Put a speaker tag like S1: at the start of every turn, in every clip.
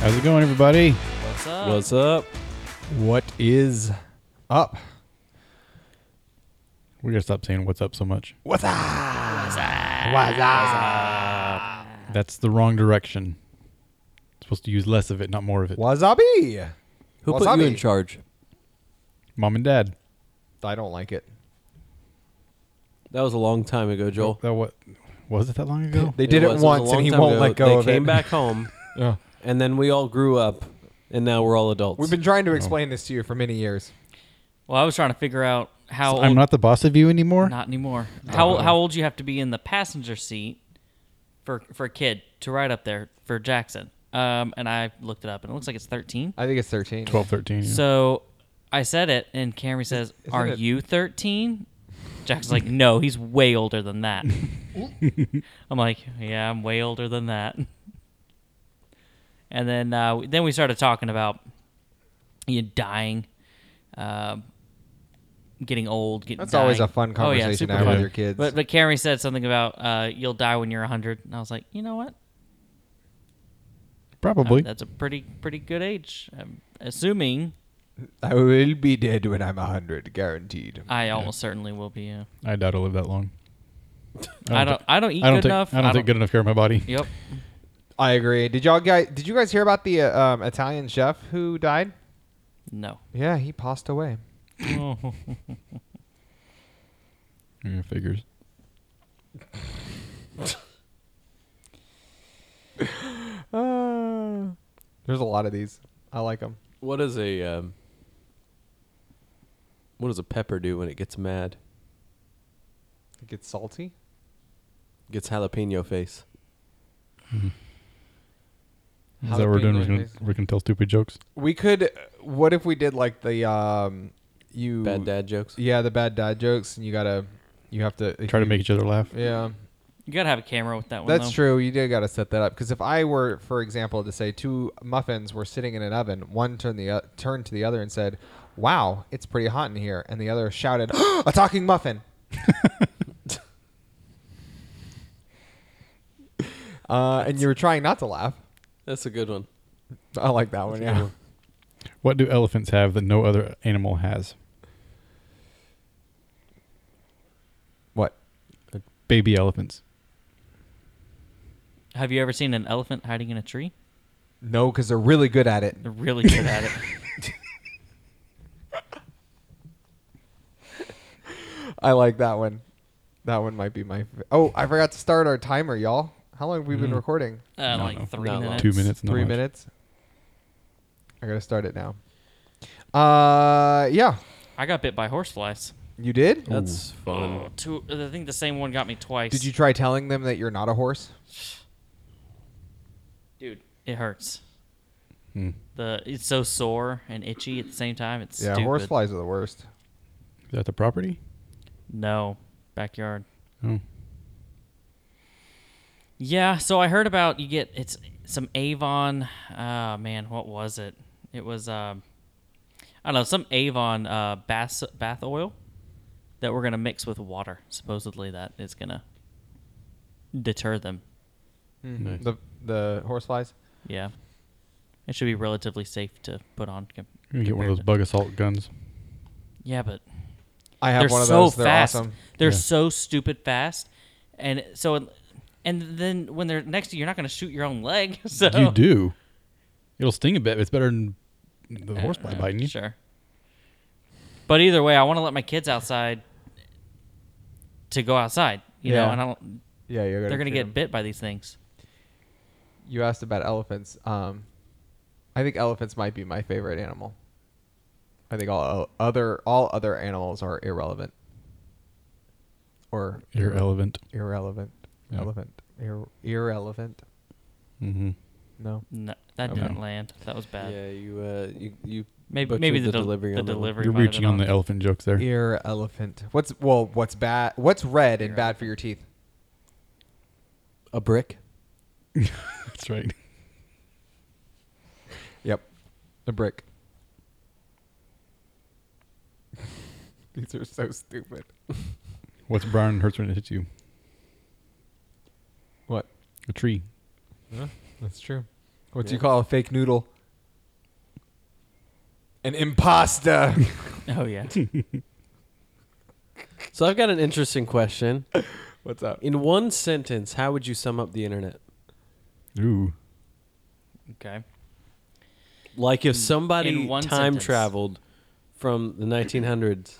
S1: How's it going, everybody?
S2: What's up?
S3: What's up?
S1: What is up? We gotta stop saying "What's up" so much. What's up? What's up? That's the wrong direction. supposed to use less of it, not more of it.
S4: Wasabi.
S3: Who put
S4: Wasabi.
S3: you in charge?
S1: Mom and Dad.
S4: I don't like it.
S3: That was a long time ago, Joel.
S1: That what? Was it that long ago?
S4: They did it,
S3: was- was a
S4: once,
S3: long
S4: and he
S3: time
S4: won't
S3: ago.
S4: let go
S3: They
S4: of
S3: came
S4: it.
S3: back home,
S4: Yeah.
S3: and then we all grew up, and now we're all adults.
S4: We've been trying to explain this to you for many years.
S2: Well, I was trying to figure out how old,
S1: I'm not Uh-huh. the boss of you anymore.
S2: not anymore. How how old you have to be in the passenger seat for for a kid to ride up there for Jackson. Um, and I looked it up, and it looks like it's 13.
S4: I think it's thirteen.
S1: 12, 13. yeah.
S2: So I said it, and Cameron says,
S4: isn't
S2: "Are
S4: it-
S2: you 13?" Jackson's like, "No, he's way older than that." I'm like, "Yeah, I'm way older than that." And then uh, then we started talking about you know, dying, um getting old. Getting
S4: That's always
S2: dying.
S4: a fun
S2: Oh, yeah,
S4: conversation
S2: super
S4: to have
S2: fun.
S4: with your kids.
S2: But but Cameron said something about uh, you'll die when you're 100, and I was like, you know what?
S1: Probably.
S2: That's a pretty pretty good age. I'm assuming
S4: I will be dead when I'm hundred, guaranteed.
S2: I almost certainly will be. Uh,
S1: I doubt I'll live that long.
S2: I don't. I don't eat
S1: I don't
S2: good
S1: take.
S2: enough.
S1: I don't take good enough care of my body.
S2: Yep.
S4: I agree. Did y'all guys? Did you guys hear about the uh, um, Italian chef who died?
S2: No.
S4: Yeah, he passed away.
S1: Yeah, figures. Ah.
S4: Uh, there's a lot of these. I like them.
S3: what does a um, what does a pepper do when it gets mad?
S4: It gets salty.
S3: Gets jalapeno face.
S1: Is that what we're doing? We're
S4: Jalapeno
S1: gonna,
S4: face.
S1: we're gonna tell stupid jokes.
S4: We could. What if we did like the um, you
S3: Bad dad jokes.
S4: Yeah, the bad dad jokes, and you gotta, you have to if
S1: Try to
S4: you-
S1: make each other laugh.
S4: Yeah,
S2: You gotta have a camera with that one.
S4: that's
S2: though.
S4: true. You do gotta set that up because if I were, for example, to say two muffins were sitting in an oven, one turned the o turned to the other and said, "Wow, it's pretty hot in here," and the other shouted, "A talking muffin." uh, and you were trying not to laugh.
S3: That's a good one.
S4: I like that one. Oh, Yeah.
S1: What do elephants have that no other animal has?
S4: What?
S1: Baby elephants.
S2: Have you ever seen an elephant hiding in a tree?
S4: No, because they're really good at it.
S2: They're really good at it.
S4: I like that one. That one might be my. Fa- oh, I forgot to start our timer, y'all. How long have we been recording?
S2: Uh,
S1: No,
S2: like
S1: no.
S2: three
S3: Not long.
S2: minutes.
S1: Two minutes. not
S4: Three
S1: much.
S4: minutes. I gotta start it now. Uh, yeah,
S2: I got bit by horseflies.
S4: you did.
S3: That's fun.
S2: Oh, two. I think the same one got me twice.
S4: Did you try telling them that you're not a horse?
S2: dude? It hurts.
S1: Hmm.
S2: The it's so sore and itchy at the same time. It's
S4: Yeah,
S2: stupid.
S4: horseflies are the worst.
S1: Is that the property?
S2: No, backyard.
S1: Oh.
S2: Yeah, so I heard about you get it's some Avon. Uh, man, what was it? It was um, I don't know some Avon uh, bath bath oil that we're gonna mix with water. Supposedly that is gonna deter them.
S1: Nice.
S4: Mm-hmm. The the horseflies.
S2: Yeah, it should be relatively safe to put on. com-
S1: You get one of
S2: compared
S1: those bug assault guns.
S2: to- yeah, but
S4: I have
S2: they're
S4: one of
S2: so
S4: those. They're
S2: fast.
S4: awesome.
S2: They're
S1: Yeah.
S2: so stupid fast, and so and then when they're next to you, you're not gonna shoot your own leg. So
S1: You do. It'll sting a bit. but It's better than the
S2: I
S1: horsefly
S2: don't know.
S1: biting you.
S2: Sure. But either way, I want to let my kids outside to go outside. You know,
S4: Yeah.
S2: and I don't,
S4: Yeah, you're gonna.
S2: they're going to
S4: treat
S2: get
S4: 'em.
S2: bit by these things.
S4: You asked about elephants. Um, I think elephants might be my favorite animal. I think all o- other all other animals are irrelevant. Or
S1: You're relevant.
S4: irrelevant,
S1: Yeah.
S4: relevant, ir- irrelevant.
S1: Mm-hmm.
S4: No.
S2: No, that
S1: Okay.
S2: didn't land. That was bad.
S3: Yeah, you uh, you you
S2: Maybe
S3: butchered
S2: maybe the,
S3: the
S2: del-
S3: delivery
S2: The
S3: on that one.
S2: delivery
S1: You're
S2: might have
S1: reaching
S2: been
S1: on the elephant jokes there.
S4: Ear elephant. What's well? What's bad? What's red and bad for your teeth?
S3: a brick.
S1: That's right.
S4: Yep, a brick. These are so stupid.
S1: What's brown and hurts when it hits you?
S4: What?
S1: A tree.
S4: That's true. What do you call a fake noodle? An impasta.
S2: Oh yeah.
S3: So I've got an interesting question.
S4: What's up?
S3: In one sentence, how would you sum up the internet?
S1: Ooh.
S2: okay.
S3: Like if somebody
S2: in one
S3: time
S2: sentence.
S3: traveled from the 1900s,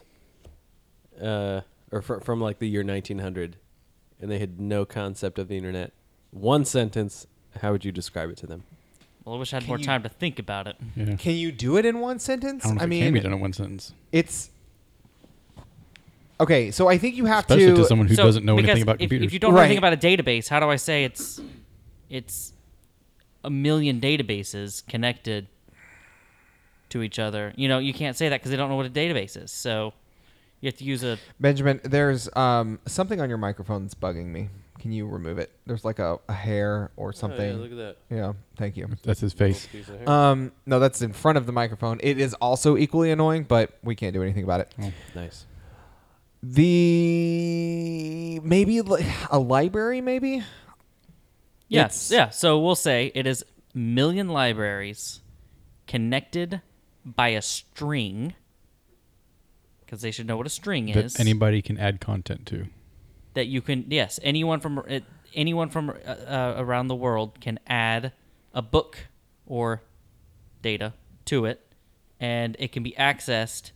S3: uh, or fr- from like the year 1900, and they had no concept of the internet, one sentence, how would you describe it to them?
S2: Well, I wish I had
S4: Can
S2: more
S4: you-
S2: time to think about it.
S1: Yeah.
S4: Can you do it in one sentence?
S1: I don't know if it
S4: mean,
S1: can be done in one sentence,
S4: it's okay. So I think you have
S1: especially to,
S4: to
S1: someone who
S2: So,
S1: doesn't know
S2: because
S1: anything about
S2: if,
S1: computers.
S2: If you don't know anything
S4: Right.
S2: about a database, how do I say it's it's a million databases connected to each other? You know, you can't say that because they don't know what a database is. So you have to use a
S4: Benjamin, there's um, something on your microphone that's bugging me. Can you remove it? There's like a, a hair or
S1: Oh,
S4: something.
S3: at that.
S4: yeah, thank you.
S1: That's his face.
S4: Um, no, that's in front of the microphone. It is also equally annoying, but we can't do anything about it.
S1: Oh.
S3: nice.
S4: The maybe li- a library, maybe. It's-
S2: yes, yeah. So we'll say it is million libraries connected by a string because they should know what a string
S1: That
S2: is.
S1: anybody can add content to.
S2: that you can yes anyone from uh, anyone from uh, uh, around the world can add a book or data to it and it can be accessed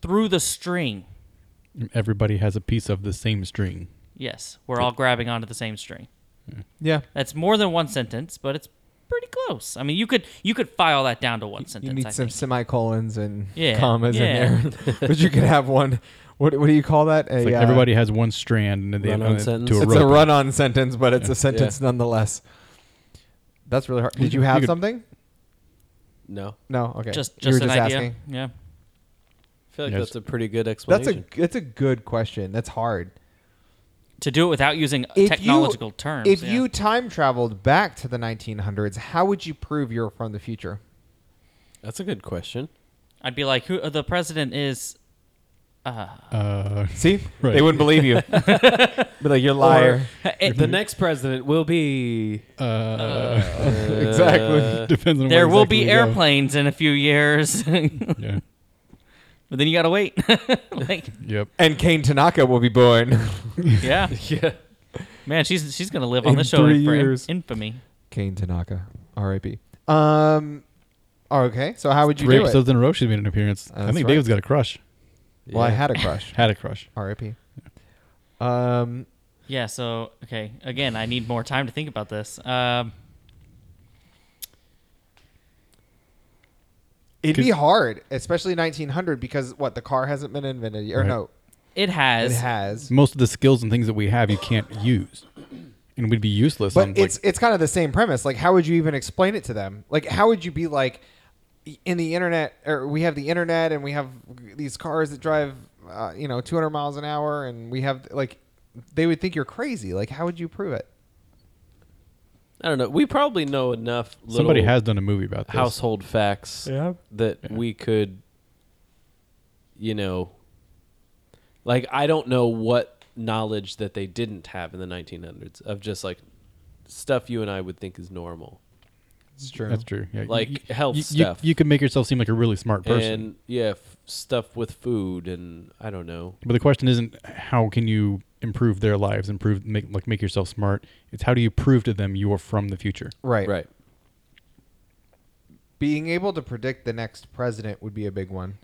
S2: through the string
S1: Everybody has a piece of the same string.
S2: yes we're all grabbing onto the same string
S4: Yeah,
S2: that's more than one sentence but it's pretty close i mean you could you could file that down to one sentence
S4: you need
S2: I
S4: some
S2: think.
S4: semicolons and
S2: Yeah,
S4: commas
S2: yeah.
S4: in there, but you could have one. What what do you call that? A,
S1: It's like
S4: uh,
S1: everybody has one strand and they
S3: Run-on
S1: own it
S3: sentence?
S1: to a
S4: It's
S1: rope.
S4: a run-on sentence, but it's
S1: Yeah.
S4: a sentence nonetheless. That's really hard. Did you
S1: You
S4: have
S1: could-
S4: something?
S3: No,
S4: No. Okay.
S2: just
S4: you were
S2: just an
S4: just
S2: idea
S4: asking.
S2: yeah
S3: I feel like
S1: Yes.
S3: that's a pretty good
S4: That's
S3: explanation.
S4: a that's a good question. That's hard.
S2: to do it without using
S4: If you-
S2: technological terms
S4: If
S2: yeah.
S4: you time traveled back to the 1900s, how would you prove you're from the future?
S3: That's a good question.
S2: i'd be like who uh, the president is
S1: Uh,
S4: See,
S1: Right.
S4: they wouldn't believe you. but like you're a liar.
S2: it-
S4: Mhm.
S3: the next president will be
S1: uh,
S4: Uh, exactly.
S1: depends on where
S2: there will
S1: exactly
S2: be
S1: we go.
S2: airplanes in a few years but
S1: Yeah.
S2: then you gotta wait like
S1: Yep.
S4: And Kane Tanaka will be born.
S2: yeah
S3: yeah.
S2: man she's she's gonna live on
S4: In
S2: the show
S4: three
S2: for in-
S4: years.
S2: infamy
S4: Kane Tanaka, R.I.P. Um. Okay, so how would you
S1: Three
S4: do it?
S1: episodes in a row she's made an appearance. I
S4: That's
S1: think
S4: right.
S1: David's got a crush.
S4: Well, I
S3: Yeah.
S4: had a crush.
S1: Had a crush.
S4: R.I.P. Um.
S2: yeah so okay again i need more time to think about this um
S4: It'd be
S1: Could-
S4: hard, especially 1900, because what the car hasn't been invented yet. Or
S1: Right.
S4: no,
S2: it has
S4: it has.
S1: Most of the skills and things that we have you can't use. And we'd be useless
S4: But
S1: on
S4: it's
S1: like
S4: it's kind of the same premise. Like, how would you even explain it to them? Like, how would you be like, in the internet, or we have the internet, and we have these cars that drive, uh, you know, 200 miles an hour, and we have like, they would think you're crazy. Like, how would you prove it?
S3: I don't know. We probably know enough. Little
S1: somebody has done a movie about this.
S3: household facts
S4: Yeah.
S3: that we could you know like I don't know what knowledge that they didn't have in the 1900s of just like stuff you and I would think is normal.
S4: It's true.
S1: That's true. Yeah.
S3: Like health
S1: you,
S3: stuff.
S1: You, you can make yourself seem like a really smart person.
S3: And yeah, f- stuff with food and I don't know.
S1: But the question isn't how can you improve their lives, improve make like make yourself smart. It's how do you prove to them you are from the future?
S4: Right.
S3: Right.
S4: Being able to predict the next president would be a big one.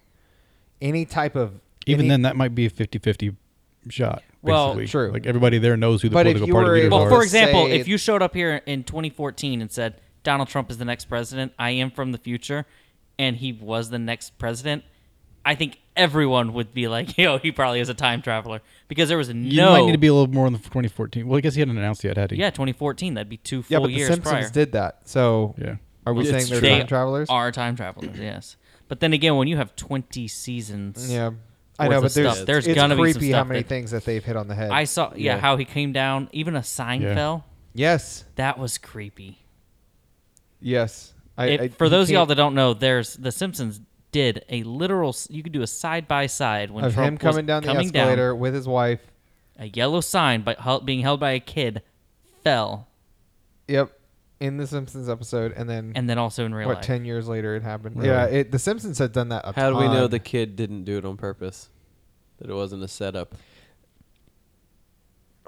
S4: Any type of
S1: Even
S4: any-
S1: then that might be a 50-50 shot.
S2: Well,
S1: basically.
S4: True.
S1: Like everybody there knows who the
S4: But if
S1: political
S4: you
S1: party
S4: were
S1: leaders
S4: able-
S2: well
S1: are.
S2: for
S4: Let's
S2: example
S4: say-
S2: if you showed up here in 2014 and said donald trump is the next president i am from the future and he was the next president i think everyone would be like yo he probably is a time traveler because there was no
S1: you might need to be a little more on the 2014. Well, I guess he hadn't announced yet, had he?
S2: yeah 2014 that'd be two full
S4: yeah, but the
S2: years
S4: Simpsons
S2: prior
S4: did that. So
S1: Yeah.
S4: are we
S3: It's
S4: saying they're
S3: true.
S4: time travelers?
S2: Are time travelers? Yes. But then again, when you have twenty seasons,
S4: Yeah. I
S2: worth
S4: know,
S2: of
S4: but there's,
S2: stuff. There's
S4: it's
S2: gonna be some
S4: creepy how
S2: stuff
S4: many
S2: that-
S4: things that they've hit on the head.
S2: I saw yeah,
S3: Yeah.
S2: how he came down. Even a Seinfeld
S4: yes,
S2: that was creepy.
S4: yes. I,
S2: It-
S4: I-
S2: for
S4: you
S2: those of y'all
S4: can't-
S2: that don't know, there's the Simpsons did a literal. s- You could do a side by side when
S4: of
S2: Trump
S4: him
S2: was
S4: coming down the
S2: coming
S4: escalator with his wife.
S2: Down, a yellow sign, but hel- being held by a kid, fell
S4: Yep. in the Simpsons episode, and then
S2: and then also in real
S4: what
S2: life.
S4: ten years later it happened.
S1: Really?
S4: Yeah, it, the Simpsons had done that. A
S3: How do we know
S4: ton.
S3: the kid didn't do it on purpose? That it wasn't a setup.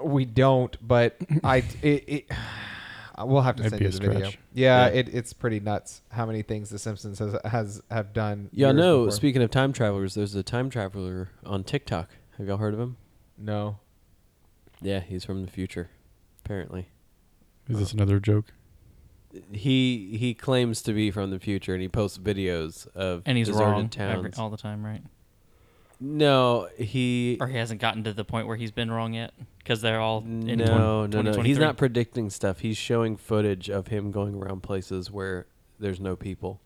S4: We don't, but I it, it we'll have to
S1: That'd
S4: send
S1: be
S4: you
S1: a
S4: the video.
S1: stretch.
S4: Yeah,
S3: Yeah.
S4: It, it's pretty nuts how many things the Simpsons has has have done.
S3: Y'all
S4: years
S3: know.
S4: before.
S3: Speaking of time travelers, there's a time traveler on TikTok. Have y'all heard of him?
S4: no.
S3: Yeah, he's from the future. Apparently,
S1: Is this another joke?
S3: he he claims to be from the future, and he posts videos of
S2: and he's
S3: deserted
S2: wrong
S3: towns.
S2: every, all the time, right?
S3: no, he
S2: Or he hasn't gotten to the point where he's been wrong yet because they're all in
S3: no,
S2: 20-
S3: no, no. He's
S2: 2023.
S3: not predicting stuff. He's showing footage of him going around places where there's no people.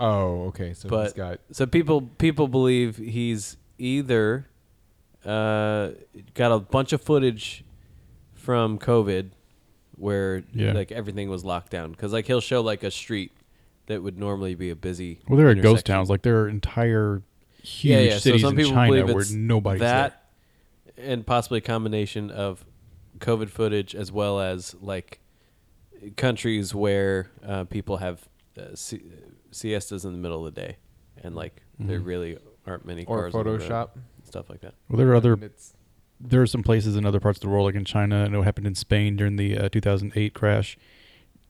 S4: Oh, okay. So
S3: but
S4: he's got
S3: so people people believe he's either uh, got a bunch of footage from COVID where
S1: Yeah.
S3: like everything was locked down because like he'll show like a street that would normally be a busy.
S1: Well, there are ghost
S3: intersection.
S1: towns. Like there are entire huge cities in China where nobody's
S3: that, and possibly a combination of COVID footage as well as like countries where uh, people have uh, si- siestas in the middle of the day, and like there
S1: Mm-hmm.
S3: really aren't many
S4: or
S3: cars on the road,
S4: Photoshop.
S3: stuff like that.
S1: there. Well, there are
S4: I
S1: other
S4: mean, it's-
S1: there are some places in other parts of the world, like in China. I know it happened in Spain during the uh, 2008 crash.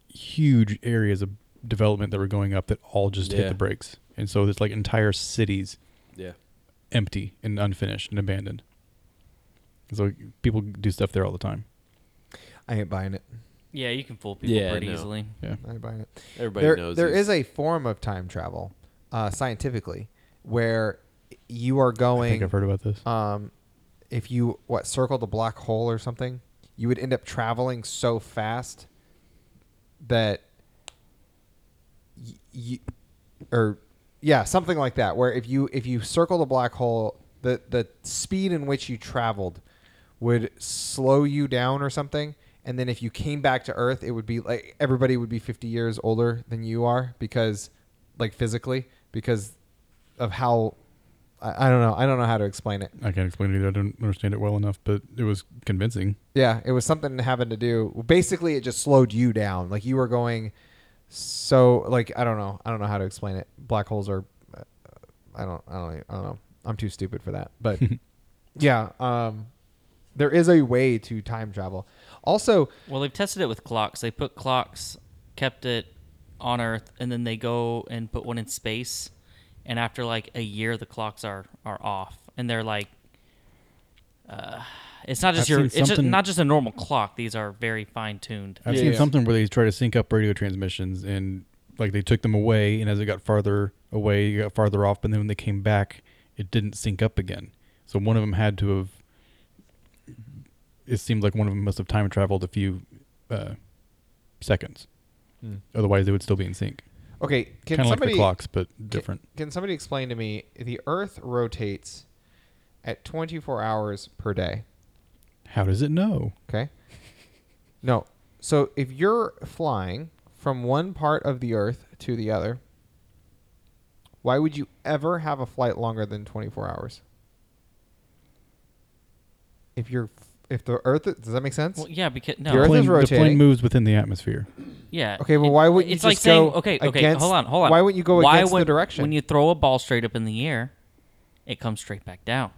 S1: Huge areas of development that were going up that all just hit
S3: Yeah.
S1: the brakes, and so there's like entire cities
S3: Yeah,
S1: empty and unfinished and abandoned. So people do stuff there all the time.
S4: I ain't buying it.
S2: Yeah, you can fool people
S3: Yeah,
S2: pretty
S3: no.
S2: easily.
S1: Yeah.
S4: I ain't buying it.
S3: everybody
S4: there,
S3: knows.
S4: there
S3: these-
S4: is a form of time travel, uh, scientifically, where you are
S1: I think I've
S4: going.
S1: heard about this.
S4: Um, if you what circled a black hole or something, you would end up traveling so fast that you, or yeah, something like that. Where if you if you circled a black hole, the the speed in which you traveled would slow you down or something. And then if you came back to Earth, it would be like everybody would be 50 years older than you are because, like physically, because of how I, I don't know. I don't know how to explain it.
S1: I can't explain it either. I don't understand it well enough, but it was convincing.
S4: Yeah, it was something having to do. Basically, it just slowed you down. Like you were going so like I don't know. I don't know how to explain it. Black holes are. uh, I don't. I don't. I don't know. I'm too stupid for that. But yeah, um, there is a way to time travel. Also,
S2: Well, they've tested it with clocks. They put clocks, kept it on Earth, and then they go and put one in space. And after like a year, the clocks are are off, and they're like, uh, it's not just
S1: I've
S2: your,
S1: seen
S2: it's just
S1: something-
S2: not just a normal clock. These are very fine tuned.
S1: I've
S3: Yeah,
S1: seen
S3: yeah.
S1: something where they try to sync up radio transmissions and like they took them away and as it got farther away, it got farther off, but then when they came back, it didn't sync up again. So one of them had to have it seemed like one of them must have time traveled a few uh, seconds. Otherwise they would still be in sync.
S4: okay, Hmm. can
S1: Kind of like
S4: somebody
S1: the clocks but different.
S4: Can, can somebody explain to me the Earth rotates at 24 hours per day?
S1: How does it know?
S4: Okay. No. So if you're flying from one part of the earth to the other, why would you ever have a flight longer than 24 hours? If you're if the earth does that make sense?
S2: Well, yeah, because no,
S1: The
S4: Earth is
S1: plane, the plane
S4: rotating.
S1: moves within the atmosphere.
S2: Yeah.
S4: Okay, well,
S2: It-
S4: why wouldn't you
S2: it's like
S4: just
S2: saying,
S4: go
S2: okay, okay,
S4: against-
S2: hold on, hold on.
S4: why wouldn't you go
S2: why
S4: against the
S2: would-
S4: direction?
S2: When you throw a ball straight up in the air, it comes straight back down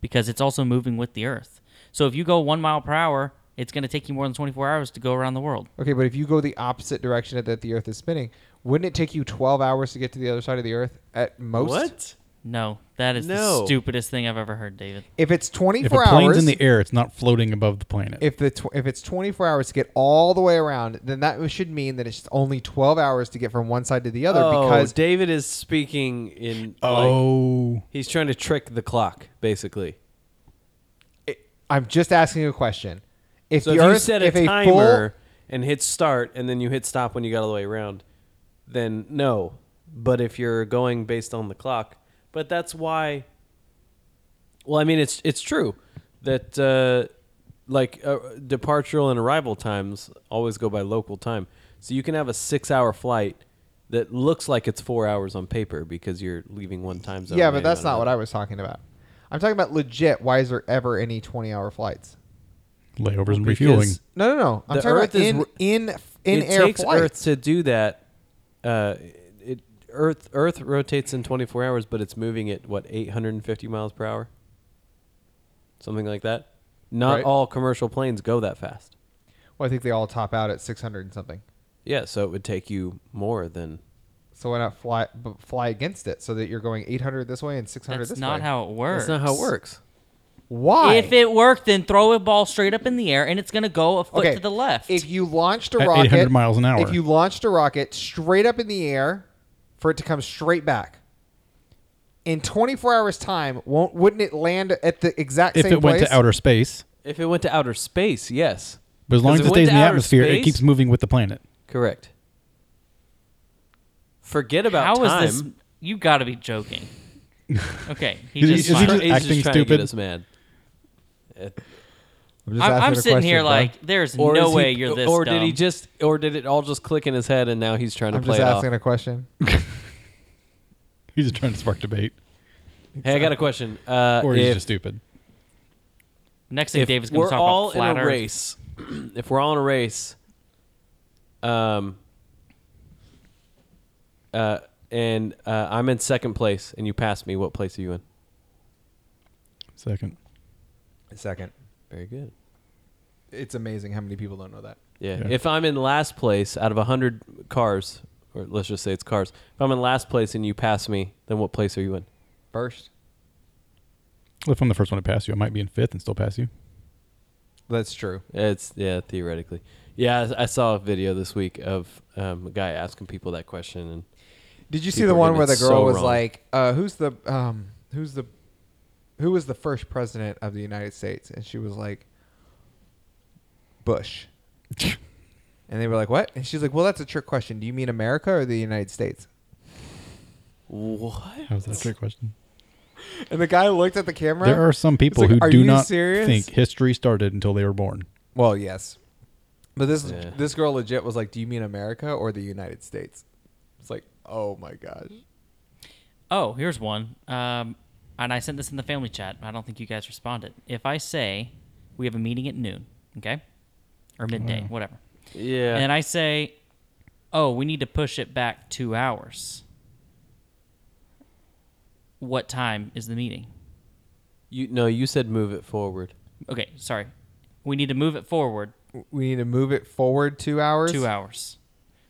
S2: because it's also moving with the Earth. So if you go one mile per hour, it's going to take you more than 24 hours to go around the world.
S4: okay, but if you go the opposite direction that the earth is spinning, wouldn't it take you 12 hours to get to the other side of the earth at most?
S3: what?
S2: No, that is the
S3: No.
S2: stupidest thing I've ever heard, David.
S4: If it's
S1: If a
S4: 24
S1: plane's
S4: hours
S1: in the air, it's not floating above the planet.
S4: if the tw- if it's 24 hours to get all the way around, then that should mean that it's only 12 hours to get from one side to the other
S3: oh,
S4: because
S3: David is speaking in. like,
S1: oh,
S3: he's trying to trick the clock, basically.
S4: it, I'm just asking you a question. If
S3: So
S4: the
S3: if
S4: Earth,
S3: you set a
S4: if a
S3: timer
S4: full,
S3: and hit start, and then you hit stop when you got all the way around, then no. But if you're going based on the clock, but that's why. Well, I mean, it's it's true that uh, like uh, departure and arrival times always go by local time, so you can have a six-hour flight that looks like it's four hours on paper because you're leaving one time zone.
S4: yeah, but that's not what I was talking about. I'm talking about legit. Why is there ever any 20 hour flights?
S1: layovers and refueling.
S4: No, no, no. I'm
S3: The
S4: talking
S3: Earth
S4: about
S3: is
S4: in
S3: r-
S4: in f- in
S3: it
S4: air
S3: takes
S4: flight.
S3: Earth to do that. Uh, it Earth Earth rotates in 24 hours, but it's moving at what 850 miles per hour, something like that. Not
S4: Right.
S3: all commercial planes go that fast.
S4: Well, I think they all top out at 600 and something.
S3: Yeah, so it would take you more than.
S4: So why not fly b- fly against it so that you're going 800 this way and 600
S2: That's
S4: this
S2: not
S4: way?
S2: how it works.
S3: That's not how it works.
S4: Why?
S2: If it worked, then throw a ball straight up in the air, and it's gonna go a foot
S4: okay,
S2: to the left.
S4: If you launched a
S1: At
S4: rocket
S1: 800 miles an hour.
S4: if you launched a rocket straight up in the air for it to come straight back in 24 hours time, won't wouldn't it land at the exact
S1: If
S4: same
S1: it went
S4: place?
S1: to outer space,
S3: If it went to outer space, yes,
S1: but as long
S3: 'Cause
S1: as
S3: if
S1: it stays in
S3: went to
S1: the
S3: outer
S1: atmosphere, it
S3: space-
S1: keeps moving with the planet.
S3: Correct. Forget about
S2: How is
S3: time.
S2: this? You got to be joking. Okay, he
S1: Is he-
S2: just.
S1: is he
S2: smiled.
S1: just
S3: he's
S1: acting
S3: trying to
S1: stupid?
S3: get us mad. Uh,
S4: I'm, just
S2: I'm,
S4: asking
S2: I'm
S4: a
S2: sitting
S4: question,
S2: here
S4: bro.
S2: like, there's
S3: or
S2: no
S3: is he-
S2: way you're this
S3: Or
S2: dumb.
S3: did he just? Or did it all just click in his head and now he's trying to
S4: I'm
S3: play
S4: just
S3: it off?
S4: asking a question.
S1: He's just trying to spark debate,
S3: Hey, I got a question. Uh,
S1: or he's
S3: if
S1: just stupid.
S2: Next thing,
S3: if
S2: David's going
S3: we're
S2: to talk
S3: all
S2: about flat
S3: in a
S2: Earth.
S3: race, if we're all in a race, um, uh, and uh, I'm in second place and you pass me, what place are you in?
S1: Second,
S4: Second.
S3: Very good.
S4: It's amazing how many people don't know that.
S3: Yeah.
S1: Yeah.
S3: If I'm in last place out of 100 cars, or let's just say it's cars, if I'm in last place and you pass me, then what place are you in?
S4: First,
S1: well, if I'm the first one to pass you, I might be in fifth and still pass you.
S4: that's true.
S3: It's, yeah, theoretically. Yeah, I I saw a video this week of um, a guy asking people that question. And
S4: Did you see
S3: People
S4: the
S3: are
S4: one
S3: getting
S4: where the
S3: it
S4: girl
S3: so
S4: was
S3: wrong.
S4: like, uh, "Who's the um, who's the who was the first president of the United States?" And she was like, "Bush." and they were like, "What?" And she's like, "Well, that's a trick question. Do you mean America or the United States?"
S3: what?
S1: How's that a trick question?
S4: And the guy looked at the camera.
S1: There are some people
S4: like,
S1: who
S4: "Are
S1: do
S4: you
S1: not
S4: serious?"
S1: think history started until they were born.
S4: well, yes, but this
S3: Yeah.
S4: this girl legit was like, "Do you mean America or the United States?" It's like, oh my gosh.
S2: Oh, here's one. Um, and I sent this in the family chat. I don't think you guys responded. If I say we have a meeting at noon, okay, or midday,
S1: Wow.
S2: whatever,
S3: Mm. Yeah.
S2: and I say, oh, we need to push it back two hours. What time is the meeting?
S3: You no, you said move it forward.
S2: Okay, sorry. We need to move it forward
S4: We need to move it forward two hours.
S2: two hours.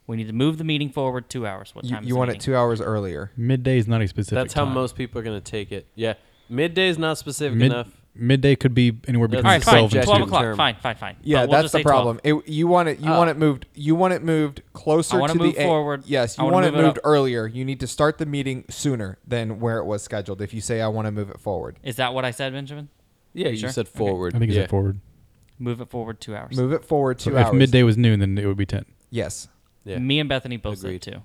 S2: We need to move the meeting forward two hours. What
S4: You,
S2: time? is
S4: you
S2: the
S4: want it
S2: meeting?
S4: two hours earlier.
S1: Midday is not a specific.
S3: That's how
S1: time.
S3: most people are going to take it. Yeah, midday is not specific
S1: Mid-
S3: enough.
S1: Midday could be anywhere
S3: That's
S1: between
S2: All right, fine.
S1: twelve and
S3: subjective.
S2: Twelve
S1: two.
S2: o'clock.
S3: term.
S2: Fine, fine, fine.
S4: Yeah,
S2: But we'll
S4: that's
S2: just
S4: the
S2: say 12.
S4: problem. It, you want it. You
S3: Oh.
S4: want it moved. You want it moved closer
S2: I
S4: to
S2: wanna
S4: the
S2: move
S4: a-
S2: forward.
S4: yes,
S2: I
S4: you
S2: wanna
S4: want it
S2: move it
S4: moved
S2: up.
S4: earlier. You need to start the meeting sooner than where it was scheduled. If you say I want to move it forward,
S2: Is that what I said, Benjamin?
S3: Yeah, you
S2: sure?
S3: said
S2: Okay.
S3: forward.
S1: I think it's
S3: yeah.
S1: at forward.
S2: Move it forward two hours.
S4: move it forward two
S1: So
S4: hours.
S1: If midday was noon, then it would be ten.
S4: Yes.
S3: Yeah.
S2: Me and Bethany both
S3: Agreed.
S2: said two.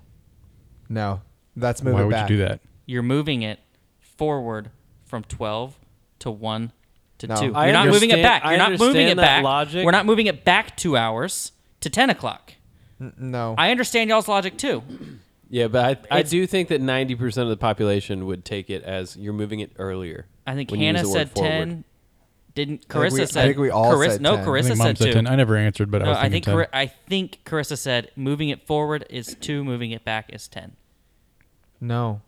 S4: No. That's move
S1: Why
S4: it
S1: would
S4: back.
S1: you do that?
S2: You're moving it forward from twelve to one to
S4: No.
S2: two. You're
S4: I
S2: not moving it
S3: understand-
S2: back.
S3: I
S2: You're not moving
S3: understand
S2: it
S3: that
S2: back.
S3: logic.
S2: We're not moving it back two hours to ten o'clock.
S4: N- No.
S2: I understand y'all's logic too.
S3: Yeah, but I, I
S2: It's-
S3: do think that ninety percent of the population would take it as you're moving it earlier.
S2: I think
S3: when you use
S2: Hannah
S3: the word
S2: said
S3: forward.
S2: ten. Didn't
S4: think
S2: Carissa
S4: we- I
S2: said?
S4: think we all
S2: Carissa,
S4: said
S2: no.
S4: 10.
S1: I
S2: Carissa
S1: think mom
S2: said
S1: said
S2: two.
S1: ten. I never answered, but I
S2: no,
S1: was
S2: I
S1: thinking
S2: think
S1: ten.
S2: Cari- I think Carissa said moving it forward is two, moving it back is ten.
S4: no.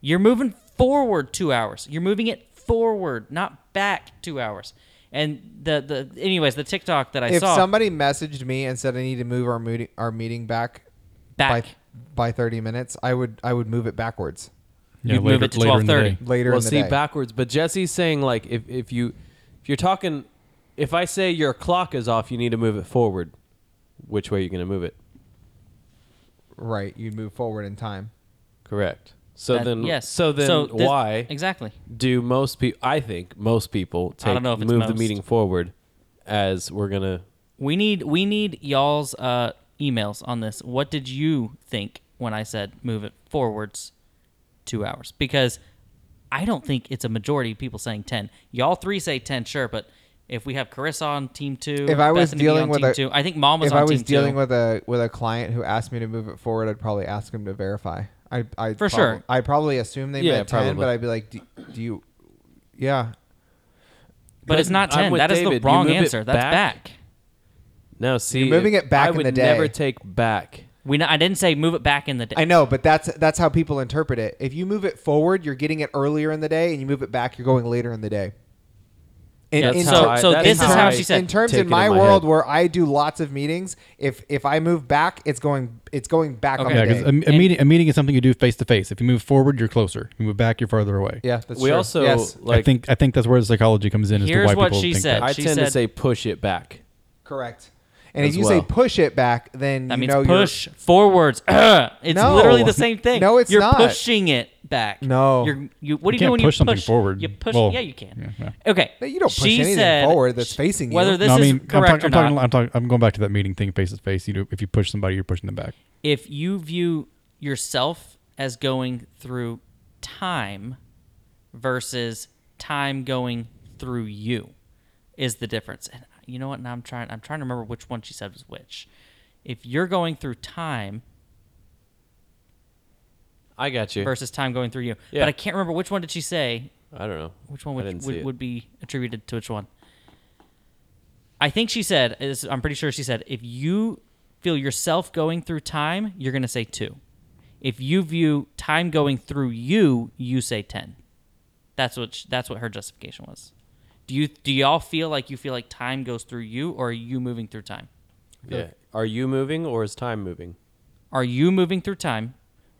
S2: You're moving forward two hours. You're moving it forward, not back two hours. And the the anyways, the TikTok that I
S4: if
S2: saw
S4: somebody messaged me and said I need to move our moodi- our meeting back, by
S2: back
S4: by thirty minutes, I would I would move it backwards
S1: yeah,
S2: You'd
S1: later,
S2: move it to
S1: later in the
S2: 12:30.
S1: day.
S4: later
S3: well,
S4: in the
S3: see
S4: day.
S3: backwards. But Jesse's saying like if if you if you're talking, if I say your clock is off, you need to move it forward. Which way are you going to move it?
S4: right. You'd move forward in time.
S3: Correct. So
S2: that-
S3: then,
S2: yes.
S3: So then,
S2: this-
S3: why
S2: exactly?
S3: do most people? I think most people take
S2: I don't know if it's
S3: move the
S2: most.
S3: meeting forward as we're gonna
S2: We need we need y'all's uh, emails on this. What did you think when I said move it forwards two hours? Because I don't think it's a majority of people saying ten. Y'all three say ten, sure, but if we have Carissa on team two,
S4: If I was
S2: Bethany B
S4: dealing
S2: on
S4: with
S2: team
S4: a-
S2: two, I think Mom was
S4: if
S2: on
S4: I was
S2: team
S4: dealing
S2: two.
S4: with a with a client who asked me to move it forward, I'd probably ask him to verify. I I
S2: For sure.
S4: I probably assume they
S3: Yeah,
S4: meant ten,
S3: probably.
S4: but I'd be like, do, do you? Yeah,
S2: but it's not
S3: I'm
S2: ten.
S3: with
S2: That is
S3: David.
S2: the
S3: You
S2: wrong
S3: move it
S2: answer. That's
S3: back.
S2: back.
S3: Now see,
S4: You're moving
S3: if-
S4: it back
S3: I
S4: in
S3: would
S4: the day.
S3: never take back.
S2: We n- I didn't say move it back in the day.
S4: I know, but that's that's how people interpret it. If you move it forward, you're getting it earlier in the day, and you move it back, you're going later in the day. In,
S3: That's
S4: in-
S3: how
S2: so
S3: I-
S2: so
S3: that's
S2: this is
S3: how
S2: how
S3: I
S2: she said.
S4: in terms
S3: take
S4: in
S3: it
S4: my,
S3: in my
S4: world
S3: head.
S4: where I do lots of meetings, if if I move back, it's going it's going back
S2: Okay.
S4: on
S1: Yeah,
S4: the
S1: because
S4: day.
S1: a, a meeting a meeting is something you do face to face. If you move forward, you're closer. If you move back, you're farther away.
S4: yeah, that's
S3: we
S4: true.
S3: also
S4: yes,
S3: like.
S1: I think I think that's where the psychology comes in. As
S2: Here's
S1: to why
S2: what
S1: people
S2: she
S1: think
S2: said.
S1: That.
S3: I
S2: she
S3: tend to
S2: said-
S3: say push it back.
S4: correct. And if
S3: as
S4: you say
S3: well.
S4: push it back, then
S2: That
S4: you
S2: means
S4: know you're-
S2: push forwards. it's
S4: No.
S2: literally the same thing.
S4: No, it's
S2: you're
S4: not.
S2: pushing it back.
S4: No.
S2: you're you. What
S1: You
S2: do you do
S1: can't
S2: when
S1: push
S2: you
S1: something forward.
S2: You push.
S1: Well,
S2: yeah, you can.
S1: yeah,
S2: Okay.
S4: No, you don't push
S2: she
S4: anything
S2: said-
S4: forward that's facing you.
S2: Whether this
S1: no, I
S2: is
S1: mean, I'm,
S2: correct
S1: talking, I'm,
S2: or not,
S1: talking, I'm talking. I'm going back to that meeting thing, face to face. You do if you push somebody, you're pushing them back.
S2: if you view yourself as going through time versus time going through you is the difference. And you know what? Now I'm trying I'm trying to remember which one she said was which. If you're going through time
S3: I got you.
S2: versus time going through you.
S3: Yeah.
S2: But I can't remember which one did she say
S3: I don't know.
S2: which one
S3: I
S2: would,
S3: didn't see
S2: would,
S3: it.
S2: would be attributed to which one i think she said is- i'm pretty sure she said if you feel yourself going through time you're going to say two if you view time going through you you say ten that's what sh that's what her justification was do you do y'all feel like you feel like time goes through you or are you moving through time
S3: Yeah. Are you moving or is time moving?
S2: are you moving through time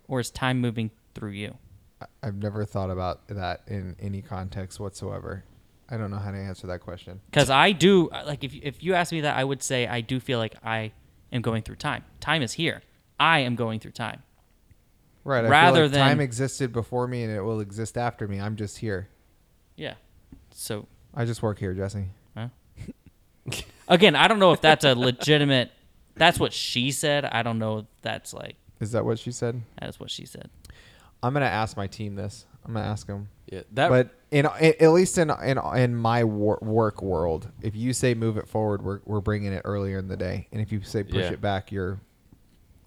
S2: or is time moving through you
S4: I- I've never thought about that in any context whatsoever. I don't know how to answer that question.
S2: Because I do uh, like if if you ask me that, I would say I do feel like I am going through time. Time is here. I am going through time.
S4: Right. I feel
S2: Rather
S4: like
S2: than-
S4: time existed before me and it will exist after me. I'm just here.
S2: Yeah. So
S4: I just work here, Jesse.
S2: huh? again, I don't know if that's a legitimate. That's what she said. I don't know. If that's like
S4: Is that what she said?
S2: that is what she said.
S4: I'm gonna ask my team this. I'm gonna ask them.
S3: Yeah. That
S4: but in, in at least in in in my wor- work world, if you say move it forward, we're we're bringing it earlier in the day, and if you say push
S3: Yeah.
S4: it back, you're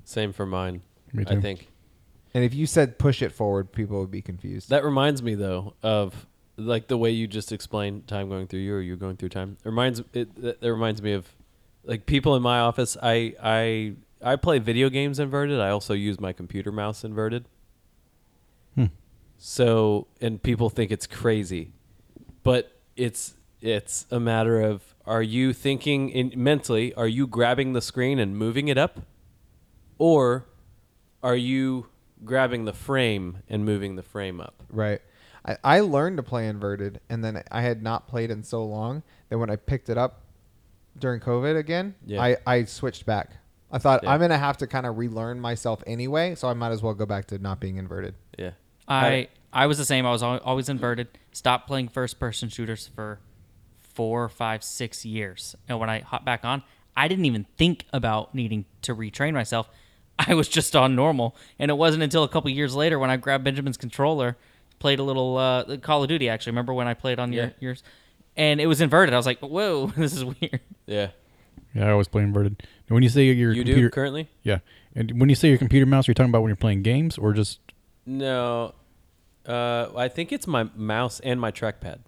S3: same for mine.
S1: Me
S3: I
S1: too.
S3: think.
S4: and if you said push it forward, people would be confused.
S3: That reminds me though of like the way you just explained time going through you or you going through time. It reminds it that that reminds me of like people in my office. I I I play video games inverted. I also use my computer mouse inverted. So and people think it's crazy, but it's it's a matter of are you thinking in, mentally? Are you grabbing the screen and moving it up, or are you grabbing the frame and moving the frame up?
S4: Right. I, I learned to play inverted, and then I had not played in so long that when I picked it up during COVID again,
S3: Yeah.
S4: I, I switched back. I thought
S3: Yeah.
S4: I'm gonna have to kind of relearn myself anyway, so I might as well go back to not being inverted.
S3: Yeah.
S2: I I was the same. I was al- always inverted. Stopped playing first person shooters for four, five, six years. And when I hopped back on, I didn't even think about needing to retrain myself. I was just on normal, and it wasn't until a couple years later when I grabbed Benjamin's controller, played a little uh, Call of Duty. Actually, remember when I played on
S3: Yeah.
S2: your yours, and it was inverted. I was like, "Whoa, this is weird."
S3: Yeah.
S1: Yeah, I always play inverted. And when you say your
S3: You
S1: computer,
S3: do currently?
S1: yeah, and when you say your computer mouse, you're talking about when you're playing games or just
S3: No. Uh, I think it's my mouse and my trackpad.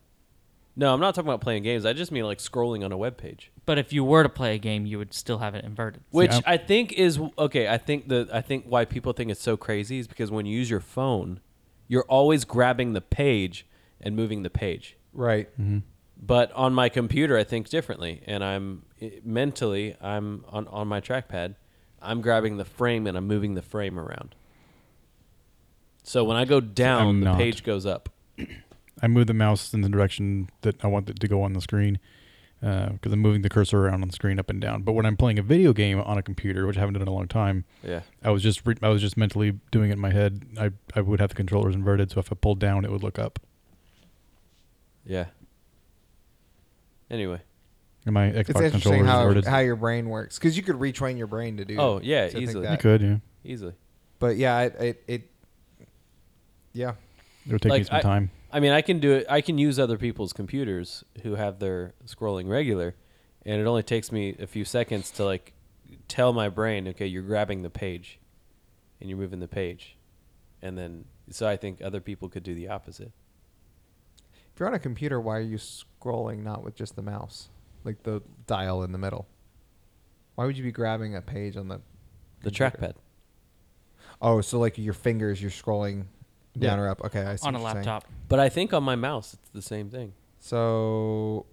S3: No, I'm not talking about playing games. I just mean like scrolling on a web page,
S2: But if you were to play a game, you would still have it inverted.
S3: which
S1: I'm-
S3: I think is okay. I think the I think why people think it's so crazy is because when you use your phone, you're always grabbing the page and moving the page.
S4: Right.
S3: but on my computer i think differently and i'm i- mentally i'm on, on my trackpad i'm grabbing the frame and i'm moving the frame around so when i go down the
S1: not.
S3: page goes up
S1: I move the mouse in the direction that I want it to go on the screen because I'm moving the cursor around on the screen up and down. But when I'm playing a video game on a computer, which I haven't done in a long time,
S3: yeah
S1: I was just re- I was just mentally doing it in my head. I I would have the controllers inverted, so if I pulled down, it would look up.
S3: yeah anyway
S1: And my
S4: It's
S1: Xbox controller
S4: interesting
S1: is
S4: how,
S1: inverted.
S4: how your brain works because you could retrain your brain to do.
S3: Oh, yeah,
S4: to think
S3: easily.
S1: you
S4: that.
S1: could, yeah.
S3: easily
S4: But yeah, it it, it yeah.
S1: It would take me
S3: Like,
S1: some
S3: I-
S1: time.
S3: i mean i can do it i can use other people's computers who have their scrolling regular and it only takes me a few seconds to like tell my brain okay you're grabbing the page and you're moving the page and then so i think other people could do the opposite
S4: If you're on a computer, why are you scrolling not with just the mouse, like the dial in the middle? Why would you be grabbing a page on the?
S3: The
S4: computer?
S3: trackpad.
S4: Oh, so like your fingers, you're scrolling
S1: Yeah.
S4: down or up. Okay, I see.
S2: on a
S4: what you're saying.
S2: laptop.
S3: But I think on my mouse it's the same thing.
S4: So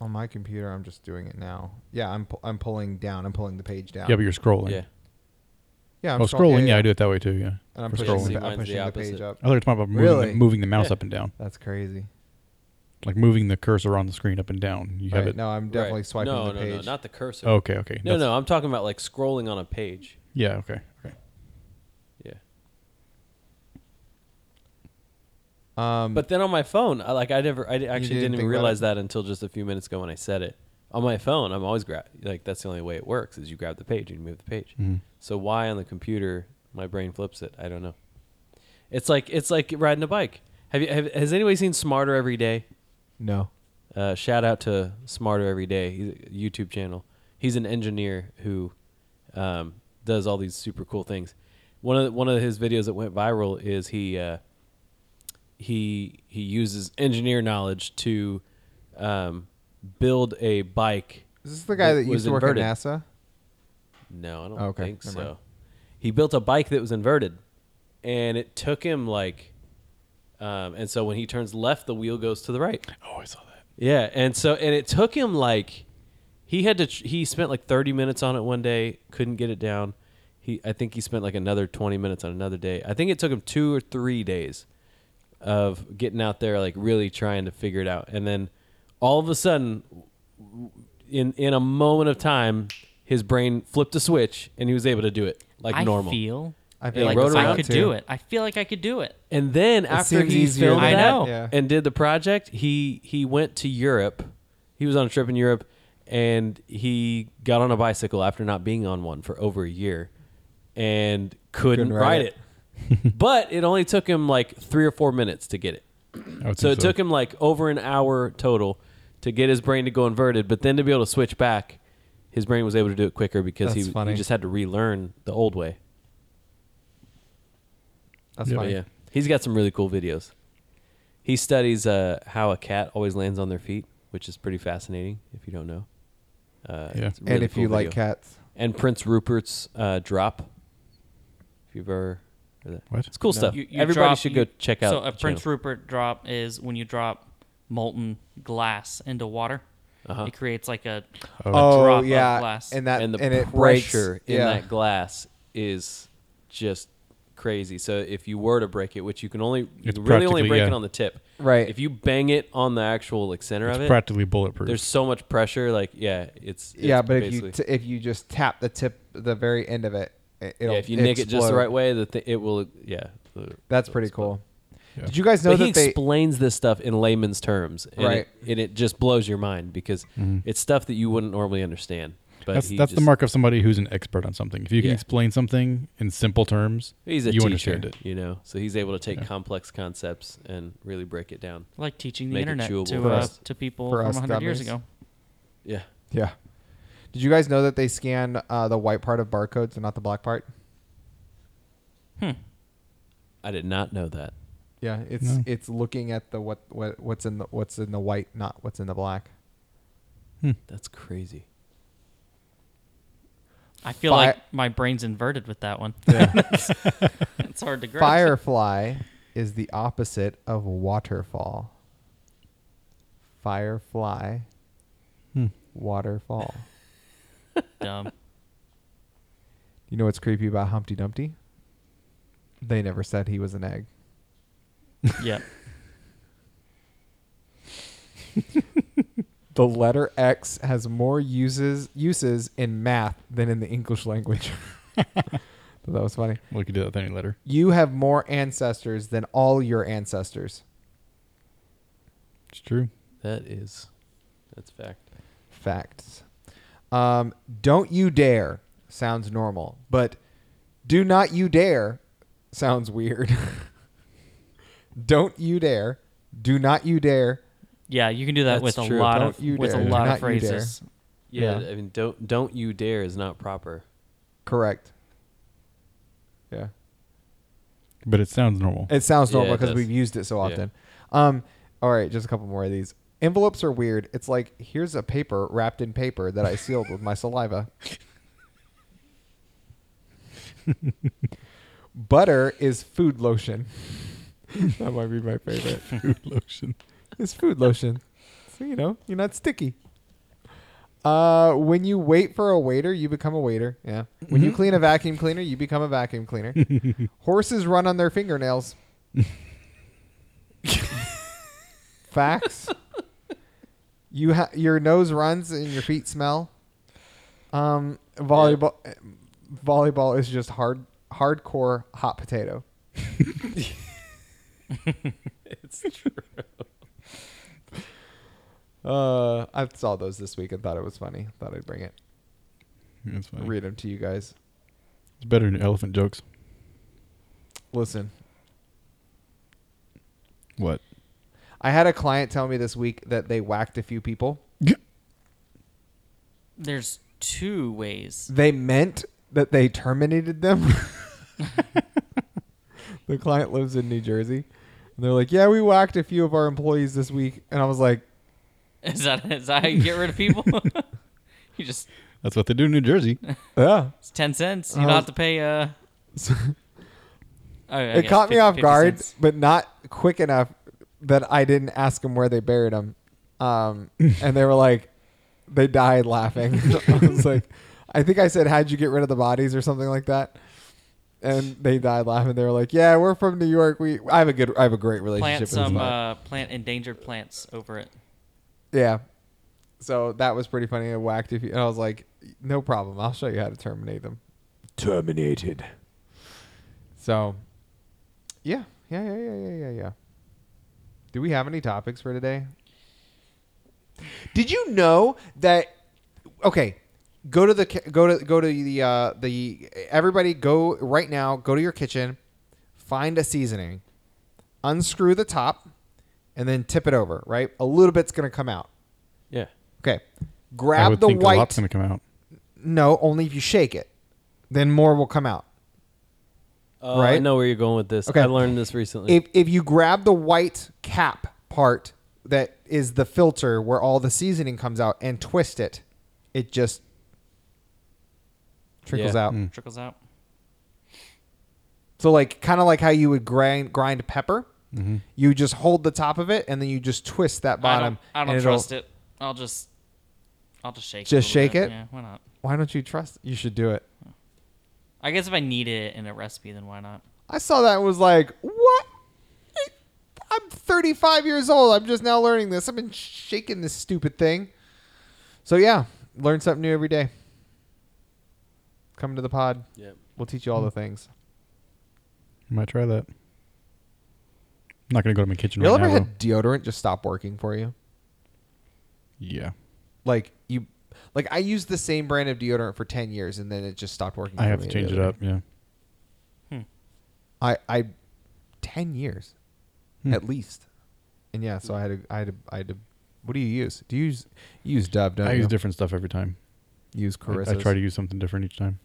S4: on my computer, I'm just doing it now. Yeah, I'm pu- I'm pulling down. I'm pulling the page down.
S1: Yeah, but you're scrolling.
S3: Yeah.
S4: yeah, I'm
S1: oh,
S4: scroll-
S1: scrolling. Yeah, I do it that way too. Yeah.
S4: And I'm
S1: For
S4: pushing,
S1: scrolling.
S4: The,
S3: See,
S4: I'm
S3: mine's
S4: pushing
S3: the
S4: the,
S3: opposite.
S4: page up.
S1: I thought you were talking about moving,
S4: Really?
S1: the, moving the mouse
S3: Yeah.
S1: up and down,
S4: That's crazy.
S1: like moving the cursor on the screen up and down. You have
S4: Right,
S1: it.
S4: No, I'm definitely
S3: Right.
S4: swiping
S3: no,
S4: the
S3: no,
S4: page.
S3: No, not the cursor.
S1: Okay. Okay.
S3: No,
S1: Oh, That's-
S3: no, I'm talking about like scrolling on a page.
S1: Yeah. Okay. Okay.
S3: Yeah.
S4: Um,
S3: But then on my phone, I, like I never, I di- actually
S4: didn't
S3: didn't,
S4: think
S3: even
S4: about
S3: realize
S4: it?
S3: that until just a few minutes ago when I said it. On my phone, I'm always grab like that's the only way it works is you grab the page and you move the page.
S4: Mm-hmm.
S1: Mhm.
S3: So why on the computer my brain flips it? I don't know. It's like it's like riding a bike. Have you have, has anybody seen Smarter Every Day?
S4: no.
S3: Uh, shout out to Smarter Every Day, he's a YouTube channel. He's an engineer who um, does all these super cool things. One of the, one of his videos that went viral is he uh, he he uses engineer knowledge to um, build a bike.
S4: Is this the guy
S3: that
S4: that used
S3: was
S4: to work
S3: inverted.
S4: at NASA?
S3: No, I don't
S4: Oh, okay.
S3: think
S4: Never
S3: so.
S4: mind.
S3: He built a bike that was inverted, and it took him like, um, and so when he turns left, the wheel goes to the right.
S1: Oh, I saw that.
S3: Yeah, and so and it took him like he had to tr- he spent like 30 minutes on it one day, couldn't get it down. He I think he spent like another 20 minutes on another day. I think it took him 2 or 3 days of getting out there like really trying to figure it out. And then all of a sudden in in a moment of time his brain flipped a switch and he was able to do it like
S2: I
S3: normal.
S2: feel
S4: I
S3: Yeah,
S2: like
S3: rode
S2: I
S3: around
S2: could
S4: too.
S2: do it. I feel like I could do it.
S3: And then after
S4: seems
S3: he
S4: easier
S3: filmed
S2: than
S3: that
S2: I know.
S4: Yeah.
S3: and did the project, he he went to Europe. He was on a trip in Europe, and he got on a bicycle after not being on one for over a year, and couldn't,
S4: Couldn't
S3: ride,
S4: ride
S3: it. but it only took him like three or four minutes to get it.
S1: I would
S3: So
S1: think
S3: it took him like over an hour total to get his brain to go inverted, but then to be able to switch back, his brain was able to do it quicker because
S4: That's
S3: he,
S4: funny.
S3: he just had to relearn the old way.
S4: That's
S1: Yeah,
S3: But
S4: funny.
S3: Oh, yeah, he's got some really cool videos. He studies uh, how a cat always lands on their feet, which is pretty fascinating if you don't know. Uh,
S1: Yeah.
S3: it's a
S4: and
S3: really
S4: if
S3: cool
S4: you like
S3: video.
S4: cats,
S3: and Prince Rupert's uh, drop, if you've ever heard that.
S1: What?
S3: it's cool stuff.
S2: You- you
S3: Everybody
S2: drop-
S3: should
S2: you-
S3: go check out.
S2: So a
S3: the
S2: Prince
S3: channel.
S2: Rupert drop is when you drop molten glass into water.
S3: Uh-huh.
S2: It creates like a
S1: Oh.
S2: a
S4: oh
S2: drop
S4: yeah,
S2: of glass.
S4: and that
S3: and the
S4: it breaks.
S3: pressure in
S4: yeah.
S3: that glass is just crazy. So if you were to break it, which you can only you
S1: It's
S3: can really only
S1: practically-
S3: break
S1: yeah.
S3: it on the tip,
S4: Right.
S3: If you bang it on the actual like center
S1: it's
S3: of it,
S1: practically bulletproof.
S3: there's so much pressure. Like yeah, it's,
S4: yeah,
S3: it's
S4: but if
S3: basically-
S4: you t- if you just tap the tip, the very end of it, it it'll
S3: yeah, if you nick it just the
S4: explode.
S3: right way, that it will yeah. the-
S4: That's
S3: it'll
S4: pretty
S3: explode.
S4: cool.
S1: Yeah.
S4: Did you guys know
S3: but he
S4: that they?
S3: explains this stuff in layman's terms, and
S4: Right.
S3: It, and it just blows your mind because it's stuff that you wouldn't normally understand. But
S1: Mm-hmm. that's
S3: he
S1: that's the
S3: just-
S1: mark of somebody who's an expert on something. If you can
S3: Yeah.
S1: explain something in simple terms,
S3: He's a
S1: you
S3: teacher,
S1: understand it.
S3: you know, so he's able to take complex concepts and really break it down.
S2: like teaching the
S3: Make it
S2: internet
S3: chewable
S2: to
S3: for
S2: uh,
S3: us-
S2: to people
S4: for
S2: from
S4: us
S2: 100 years
S4: dummies.
S2: ago.
S3: Yeah,
S4: yeah. Did you guys know that they scan uh, the white part of barcodes and not the black part?
S3: I did not know that.
S4: Yeah, it's
S1: No.
S4: it's looking at the what, what what's in the what's in the white, not what's in the black.
S3: That's crazy.
S2: I feel
S4: Fi-
S2: like my brain's inverted with that one. it's hard to grasp.
S4: Firefly is the opposite of waterfall. Firefly,
S1: Hmm.
S4: waterfall.
S2: Dumb.
S4: You know what's creepy about Humpty Dumpty? They never said he was an egg.
S2: Yeah.
S4: The letter X has more uses uses in math than in the English language. that was funny.
S1: We could do that with any letter.
S4: You have more ancestors than all your ancestors.
S1: It's true.
S3: That is, that's fact.
S4: Facts. Um, don't you dare sounds normal, but do not you dare sounds weird. don't you dare. Do not you dare.
S2: Yeah, you can do that
S3: That's
S2: with
S3: true.
S2: a lot
S4: Don't
S2: of
S4: you
S2: with
S4: dare.
S2: a lot of
S4: Not you dare.
S2: phrases.
S3: Yeah,
S4: Yeah.
S3: I mean, don't don't you dare is not proper.
S4: Correct. Yeah.
S1: But it sounds normal.
S4: It sounds
S3: Yeah,
S4: normal
S3: it
S4: because
S3: does.
S4: we've used it so
S3: Yeah.
S4: often. Um, all right, just a couple more of these. Envelopes are weird. It's like here's a paper wrapped in paper that I sealed with my saliva. Butter is food lotion. that might be my favorite.
S1: food lotion.
S4: It's food lotion. So you know, you're not sticky. Uh, when you wait for a waiter, you become a waiter. Yeah. When you clean a vacuum cleaner, you become a vacuum cleaner. Horses run on their fingernails. Facts. You ha- your nose runs and your feet smell. Um, volleyball volleyball is just hard hardcore hot potato.
S3: It's true.
S4: Uh, I saw those this week and thought it was funny. Thought I'd bring it.
S1: That's funny.
S4: Read them to you guys.
S1: It's better than elephant jokes.
S4: Listen,
S1: What?
S4: I had a client tell me this week that they whacked a few people.
S2: There's two ways.
S4: They meant that they terminated them. the client lives in New Jersey. And they're like, yeah, we whacked a few of our employees this week. And I was like,
S2: Is that is that how you get rid of people? you just
S1: That's what they do in New Jersey.
S4: yeah.
S2: it's ten cents. You don't have to pay. Uh, oh, I
S4: it
S2: guess
S4: caught me
S2: 50
S4: off
S2: 50
S4: guard,
S2: cents.
S4: but not quick enough that I didn't ask them where they buried them. Um, and they were like, they died laughing. I was like, I think I said, "How'd you get rid of the bodies?" or something like that. And they died laughing. They were like, "Yeah, we're from New York. We I have a good, I have a great relationship
S2: Plant
S4: with
S2: some
S4: them."
S2: uh, plant endangered plants over it.
S4: yeah. So that was pretty funny. I whacked if you, and I was like, "No problem. I'll show you how to terminate them." Terminated. So, yeah, yeah, yeah, yeah, yeah, yeah, yeah. Do we have any topics for today? Did you know that? Okay, go to the ki- go to go to the uh, the everybody go right now. Go to your kitchen, find a seasoning, unscrew the top, and then tip it over. Right, a little bit's gonna come out.
S3: Yeah.
S4: Okay,
S1: I
S4: grab
S1: would
S4: the
S1: think a
S4: white.
S1: lot's gonna come out.
S4: no, only if you shake it, then more will come out.
S3: Uh, I
S4: Right?
S3: know where you're going with this.
S4: Okay.
S3: I learned this recently.
S4: if if you grab the white cap part that is the filter where all the seasoning comes out and twist it, it just trickles
S3: Yeah.
S4: out.
S2: Trickles out.
S4: So like kind of like how you would grind grind pepper, you just hold the top of it and then you just twist that bottom.
S2: Mm-hmm. I don't, I
S4: and
S2: don't
S4: it'll-
S2: trust it. I'll just I'll just shake. it a
S4: Just
S2: little
S4: shake
S2: bit.
S4: it?
S2: Yeah, why not?
S4: Why don't you trust? You should do it.
S2: I guess if I need it in a recipe, then why not?
S4: I saw that and was like, what? I'm 35 years old. I'm just now learning this. I've been shaking this stupid thing. So yeah, learn something new every day. Come to the pod.
S3: Yeah.
S4: We'll teach you all the things.
S1: I might try that. I'm not gonna go to my kitchen
S4: You all
S1: right
S4: ever
S1: now.
S4: had deodorant just stop working for you?
S1: though. Yeah,
S4: Like you, like I used the same brand of deodorant for 10 years and then it just stopped working.
S1: I
S4: for
S1: have to
S4: me the
S1: change it
S4: other
S1: up. Yeah,
S4: day. I, I, 10 years,
S1: Hmm.
S4: at least. And yeah, so I had to, I had to, I had to. What do you use? Do you use you use Dove? Don't
S1: I
S4: you?
S1: use different stuff every time.
S4: Use
S1: I-
S4: Carissa's.
S1: I, try to use something different each time.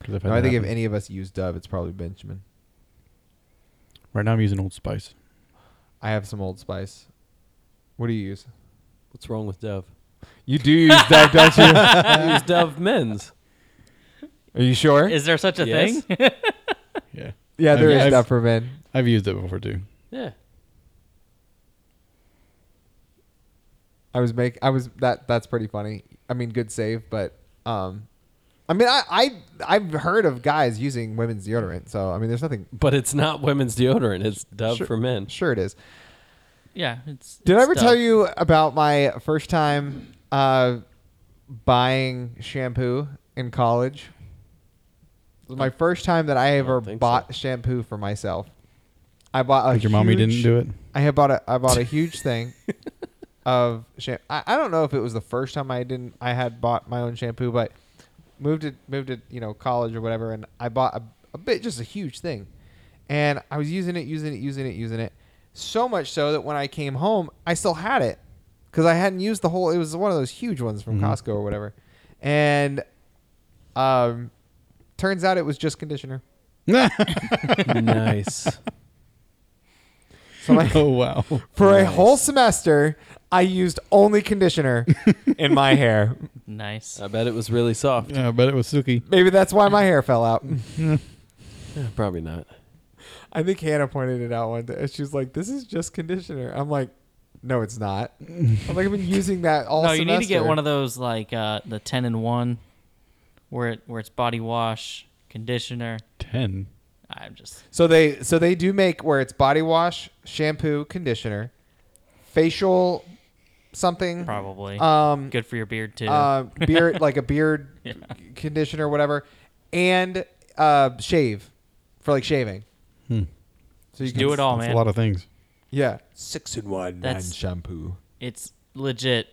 S1: 'Cause I've had
S4: No, I
S1: that
S4: think if
S1: happen.
S4: any of us use Dove, it's probably Benjamin.
S1: right now I'm using Old Spice.
S4: I have some Old Spice. What do you use?
S3: What's wrong with Dove?
S4: You do use Dove, don't you? Are
S3: Use Dove men's.
S4: you sure?
S2: Is there such a
S3: Yes.
S2: thing?
S1: Yeah,
S4: yeah, there
S1: I've-
S4: is
S1: I've-
S4: Dove for men.
S1: I've used it before too.
S3: Yeah.
S4: I was make. I was that. That's pretty funny. I mean, good save, but um, I mean, I I I've heard of guys using women's deodorant. So I mean, there's nothing.
S3: But it's not women's deodorant. It's Dove
S4: Sure.
S3: for men.
S4: Sure, it is.
S2: yeah. It's.
S4: Did I
S2: it's
S4: ever
S2: Dove.
S4: tell you about my first time uh, buying shampoo in college? It was my first time that I ever
S3: think so.
S4: bought shampoo for myself. I bought a
S1: Like your mommy didn't
S4: huge-
S1: do it.
S4: I had bought a I bought a huge thing of shampoo. I, I don't know if it was the first time I didn't I had bought my own shampoo, but moved to moved to you know college or whatever, and I bought a, a bit just a huge thing, and I was using it, using it, using it, using it, so much so that when I came home, I still had it because I hadn't used the whole. It was one of those huge ones from Costco or whatever, and um, turns out it was just conditioner.
S3: nice.
S4: So like,
S1: oh wow.
S4: for a whole semester, I used only conditioner in my hair.
S2: Nice.
S4: Uh,
S3: I bet it was really soft.
S1: Yeah, but it was Suki.
S4: Maybe that's why my hair fell out.
S3: Probably not.
S4: I think Hannah pointed it out one day. She was like, "This is just conditioner." I'm like, "No, it's not." I'm like, "I've been using that all
S2: no,
S4: semester."
S2: Oh, you need to get one of those like uh, the ten and one, where it where it's body wash, conditioner.
S1: Ten.
S2: I'm just
S4: So they so they do make where it's body wash, shampoo, conditioner, facial, something
S2: probably
S4: um,
S2: good for your beard too.
S4: uh, beard like a beard
S2: Yeah.
S4: conditioner, whatever, and uh, shave for like shaving.
S1: Hmm.
S4: So you
S2: Just do it all,
S1: That's
S2: man.
S1: a lot of things.
S4: Yeah, six in one
S2: That's- nine
S4: shampoo.
S2: it's legit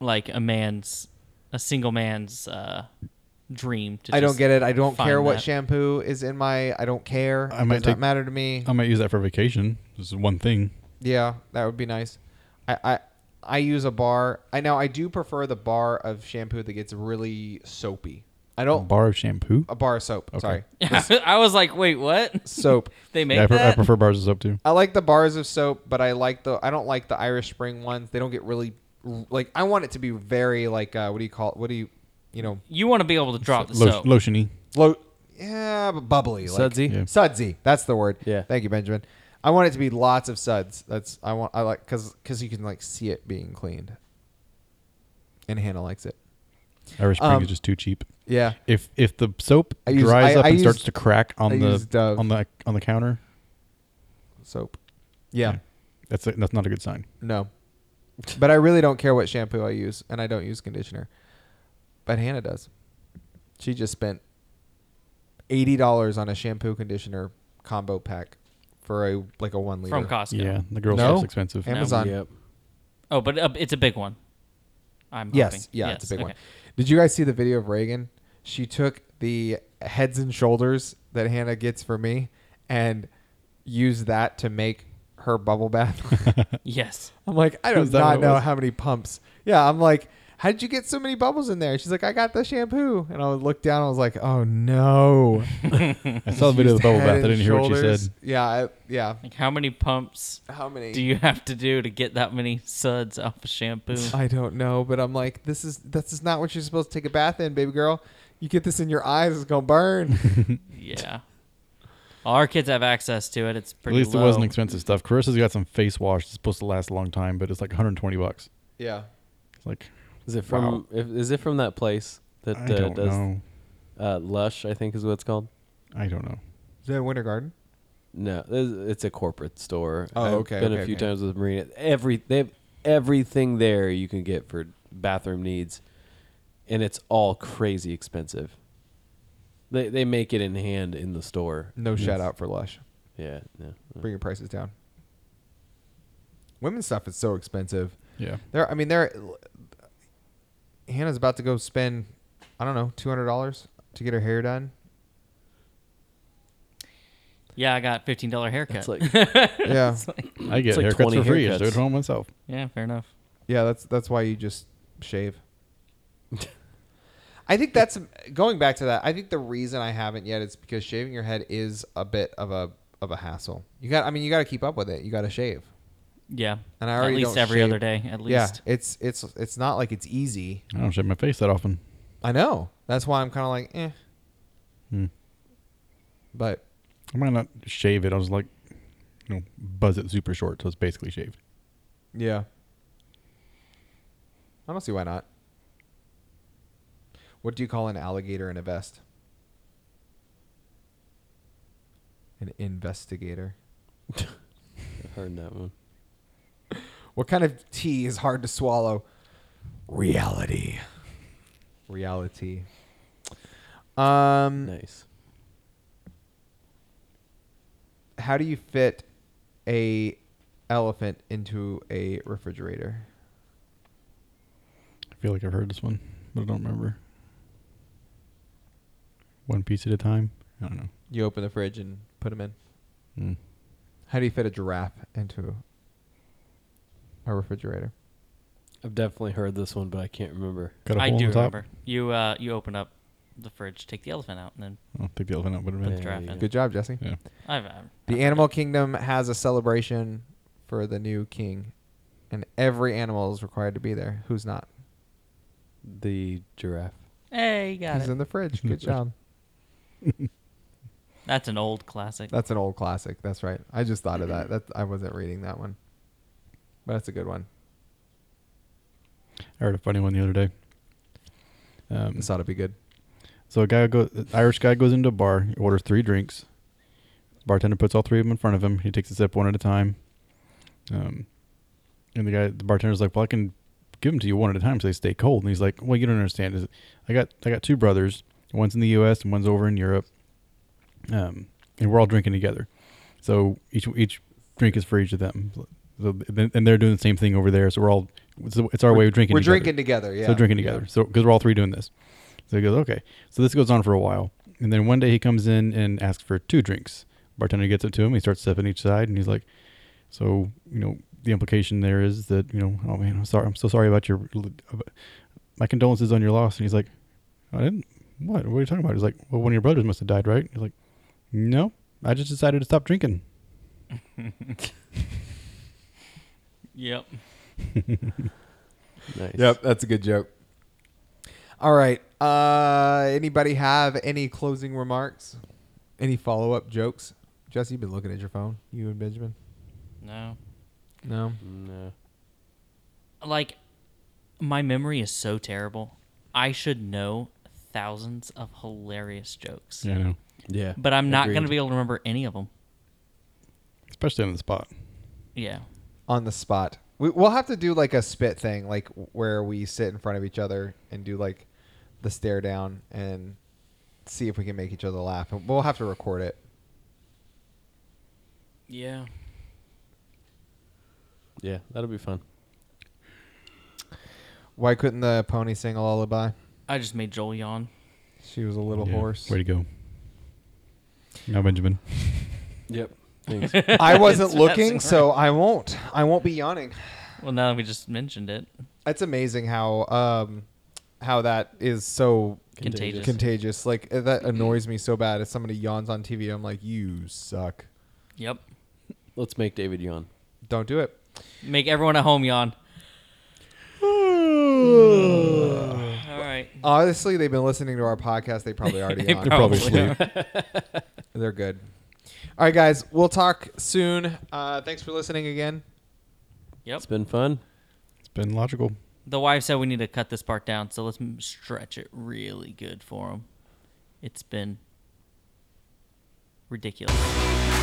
S2: like a man's a single man's uh dream to
S4: I don't
S2: just-
S4: get it. I don't
S2: find
S4: care what
S2: that.
S4: shampoo is in my. I don't care.
S1: I
S4: it
S1: might
S4: does
S1: take-
S4: not matter to me.
S1: I might use that for vacation. This is one thing.
S4: Yeah, that would be nice. I, I I use a bar. I know I do prefer the bar of shampoo that gets really soapy. I
S1: A
S4: don't
S1: bar of shampoo.
S4: Oh. a bar of soap.
S1: Mm. Okay.
S4: Sorry,
S2: I was like, wait, what?
S4: soap.
S2: They make
S1: Yeah, I, pre- I
S2: that?
S1: prefer bars of soap too.
S4: I like the bars of soap, but I like the I don't like the Irish Spring ones. They don't get really like I want it to be very like uh, what do you call it? What do you you know
S2: you want to be able to drop Oh, the
S1: Lo-
S2: soap.
S1: Lotiony.
S4: low yeah but bubbly like,
S3: Sudsy?
S1: Yeah.
S4: sudsy that's the word
S3: Yeah.
S4: thank you Benjamin. I want it to be lots of suds. That's I want I like because because you can like see it being cleaned. And Hannah likes it.
S1: Irish Spring
S4: Um,
S1: is just too cheap.
S4: Yeah.
S1: If if the soap
S4: I use-
S1: dries
S4: I-
S1: up
S4: I
S1: and
S4: use-
S1: starts to crack on
S4: I uh,
S1: the
S4: use Dove.
S1: on the on the counter,
S4: soap. Yeah.
S1: Yeah. that's a, that's not a good sign.
S4: No. But I really don't care what shampoo I use, and I don't use conditioner. But Hannah does. She just spent eighty dollars on a shampoo conditioner combo pack for a like a one liter.
S2: from Costco.
S1: Yeah, the girl
S4: No.
S1: stuff's expensive.
S2: No.
S4: Amazon.
S3: Yep.
S2: Oh, but uh, it's a big one. I'm hoping.
S4: Yes, yeah, it's a big one.
S2: okay.
S4: Did you guys see the video of Reagan? She took the heads and shoulders that Hannah gets for me and used that to make her bubble bath.
S2: Yes.
S4: I'm like, I do
S1: Is that what
S4: not
S1: it
S4: know
S1: was?
S4: how many pumps. Yeah, I'm like, how did you get so many bubbles in there? She's like, I got the shampoo. And I would look down. I was like, oh no.
S1: I saw the video of the bubble bath. I didn't hear what she said.
S4: Yeah, I, yeah.
S2: Like, how many pumps
S4: How many?
S2: do you have to do to get that many suds off of shampoo?
S4: I don't know, but I'm like, this is this is not what you're supposed to take a bath in, baby girl. You get this in your eyes, it's gonna burn.
S2: yeah. All our kids have access to it. It's
S1: At
S2: pretty.
S1: least
S2: low.
S1: it wasn't expensive stuff. Carissa's got some face wash that's supposed to last a long time, but it's like 120 bucks.
S4: yeah.
S1: It's like
S3: Is it from?
S1: Wow.
S3: If, is it from that place that
S1: I
S3: uh,
S1: don't
S3: does
S1: know.
S3: uh, Lush? I think is what it's called.
S1: I don't know.
S4: Is that Winter Garden?
S3: No, it's- it's a corporate store.
S4: Oh,
S3: I've
S4: okay,
S3: Been
S4: okay,
S3: a few
S4: okay.
S3: times with Marina. Every they have everything there you can get for bathroom needs, and it's all crazy expensive. They they make it in hand in the store.
S4: No shout out for Lush.
S3: Yeah. No.
S4: Bring your prices down. Women's stuff is so expensive.
S1: Yeah.
S4: There, I mean, there. Hannah's about to go spend, I don't know, two hundred dollars to get her hair done.
S2: Yeah, I got fifteen dollar haircut.
S3: It's like
S4: Yeah,
S1: I get
S3: like
S1: haircuts
S3: 20
S1: for free. I just do it
S3: haircuts.
S1: at home myself.
S2: yeah, fair enough.
S4: yeah. That's that's why you just shave. I think that's going back to that. I think the reason I haven't yet is because shaving your head is a bit of a of a hassle. You got, I mean, you got to keep up with it. You got to shave.
S2: Yeah.
S4: And I
S2: at
S4: already
S2: least
S4: don't
S2: every
S4: shave.
S2: other day, at least.
S4: Yeah, it's it's it's not like it's easy.
S1: I don't shave my face that often.
S4: I know. That's why I'm kind of like, eh.
S1: Hmm.
S4: But
S1: I might not shave it. I was like, you know, buzz it super short, so it's basically shaved.
S4: Yeah. I don't see why not. What do you call an alligator in a vest? An investigator.
S3: I've heard that one.
S4: What kind of tea is hard to swallow? Reality. Reality. Um,
S3: Nice.
S4: how do you fit a elephant into a refrigerator?
S1: I feel like I've heard this one, but I don't remember. One piece at a time. I don't know.
S4: You open the fridge and put them in.
S1: Mm.
S4: How do you fit a giraffe into a refrigerator?
S3: I've definitely heard this one, but I can't remember.
S1: Got a
S2: I
S1: hole
S2: do
S1: in the top.
S2: remember. You uh, you open up the fridge, take the elephant out, and then
S1: I'll take the elephant out, put it in.
S2: Draft
S3: Yeah.
S4: Good job, Jesse.
S1: Yeah.
S2: I've, I've
S4: The animal kingdom has a celebration for the new king, and every animal is required to be there. Who's not?
S3: The giraffe.
S2: Hey, you got
S4: He's
S2: it.
S4: in the fridge. Good job.
S2: That's an old classic.
S4: That's an old classic. That's right. I just thought of that. That I wasn't reading that one, but that's a good one.
S1: I heard a funny one the other day. Um,
S4: This ought to be good.
S1: so a guy go, Irish guy goes into a bar, he orders three drinks. Bartender puts all three of them in front of him. He takes a sip one at a time. Um, and the guy, the bartender's like, "Well, I can give them to you one at a time so they stay cold." And he's like, "Well, you don't understand. Is I got I got two brothers. One's in the U.S. and one's over in Europe. Um, and we're all drinking together. So each each drink is for each of them. So, and they're doing the same thing over there. So we're all it's, it's our way of drinking.
S4: We're
S1: together.
S4: drinking together. Yeah.
S1: So drinking together. So because we're all three doing this. So he goes, okay. So this goes on for a while, and then one day he comes in and asks for two drinks. Bartender gets it to him. He starts sipping each side, and he's like, so you know the implication there is that you know oh man I'm sorry I'm so sorry about your my condolences on your loss. And he's like, I didn't. What? What are you talking about? He's like, well, one of your brothers must have died, right? He's like, no, I just decided to stop drinking.
S2: Yep.
S3: Nice.
S4: Yep, that's a good joke. All right. Uh, anybody have any closing remarks? Any follow up jokes? Jesse, you've been looking at your phone. You and Benjamin.
S2: No.
S4: No.
S3: No.
S2: Like, my memory is so terrible. I should know thousands of hilarious jokes.
S1: Yeah, I know.
S3: Yeah.
S2: But I'm not going to
S3: Agreed.
S2: be able to remember any of them.
S1: Especially on the spot.
S2: Yeah.
S4: On the spot. We, we'll have to do like a spit thing, like where we sit in front of each other and do like the stare down and see if we can make each other laugh. And we'll have to record it.
S2: Yeah.
S3: Yeah, that'll be fun.
S4: Why couldn't the pony sing a lullaby?
S2: I just made Joel yawn.
S4: She was a little
S1: Yeah.
S4: hoarse.
S1: Way to go. Now Benjamin.
S3: Yep. Thanks.
S4: I wasn't
S2: It's
S4: looking,
S2: messing
S4: so I won't. I won't be yawning.
S2: Well, now that we just mentioned it,
S4: It's amazing how um, how that is so
S2: Contagious.
S4: contagious. Like uh, that annoys me so bad. If somebody yawns on TV, I'm like, you suck.
S2: yep.
S3: Let's make David yawn.
S4: Don't do it.
S2: Make everyone at home yawn. All right.
S4: Honestly, they've been listening to our podcast. They probably already
S2: They
S4: yawned.
S1: They're probably
S2: Probably.
S1: asleep.
S4: They're good. All right, guys. We'll talk soon. Uh, thanks for listening again.
S2: Yep.
S3: It's been fun.
S1: It's been logical.
S2: The wife said we need to cut this part down, so let's m- stretch it really good for him. It's been ridiculous.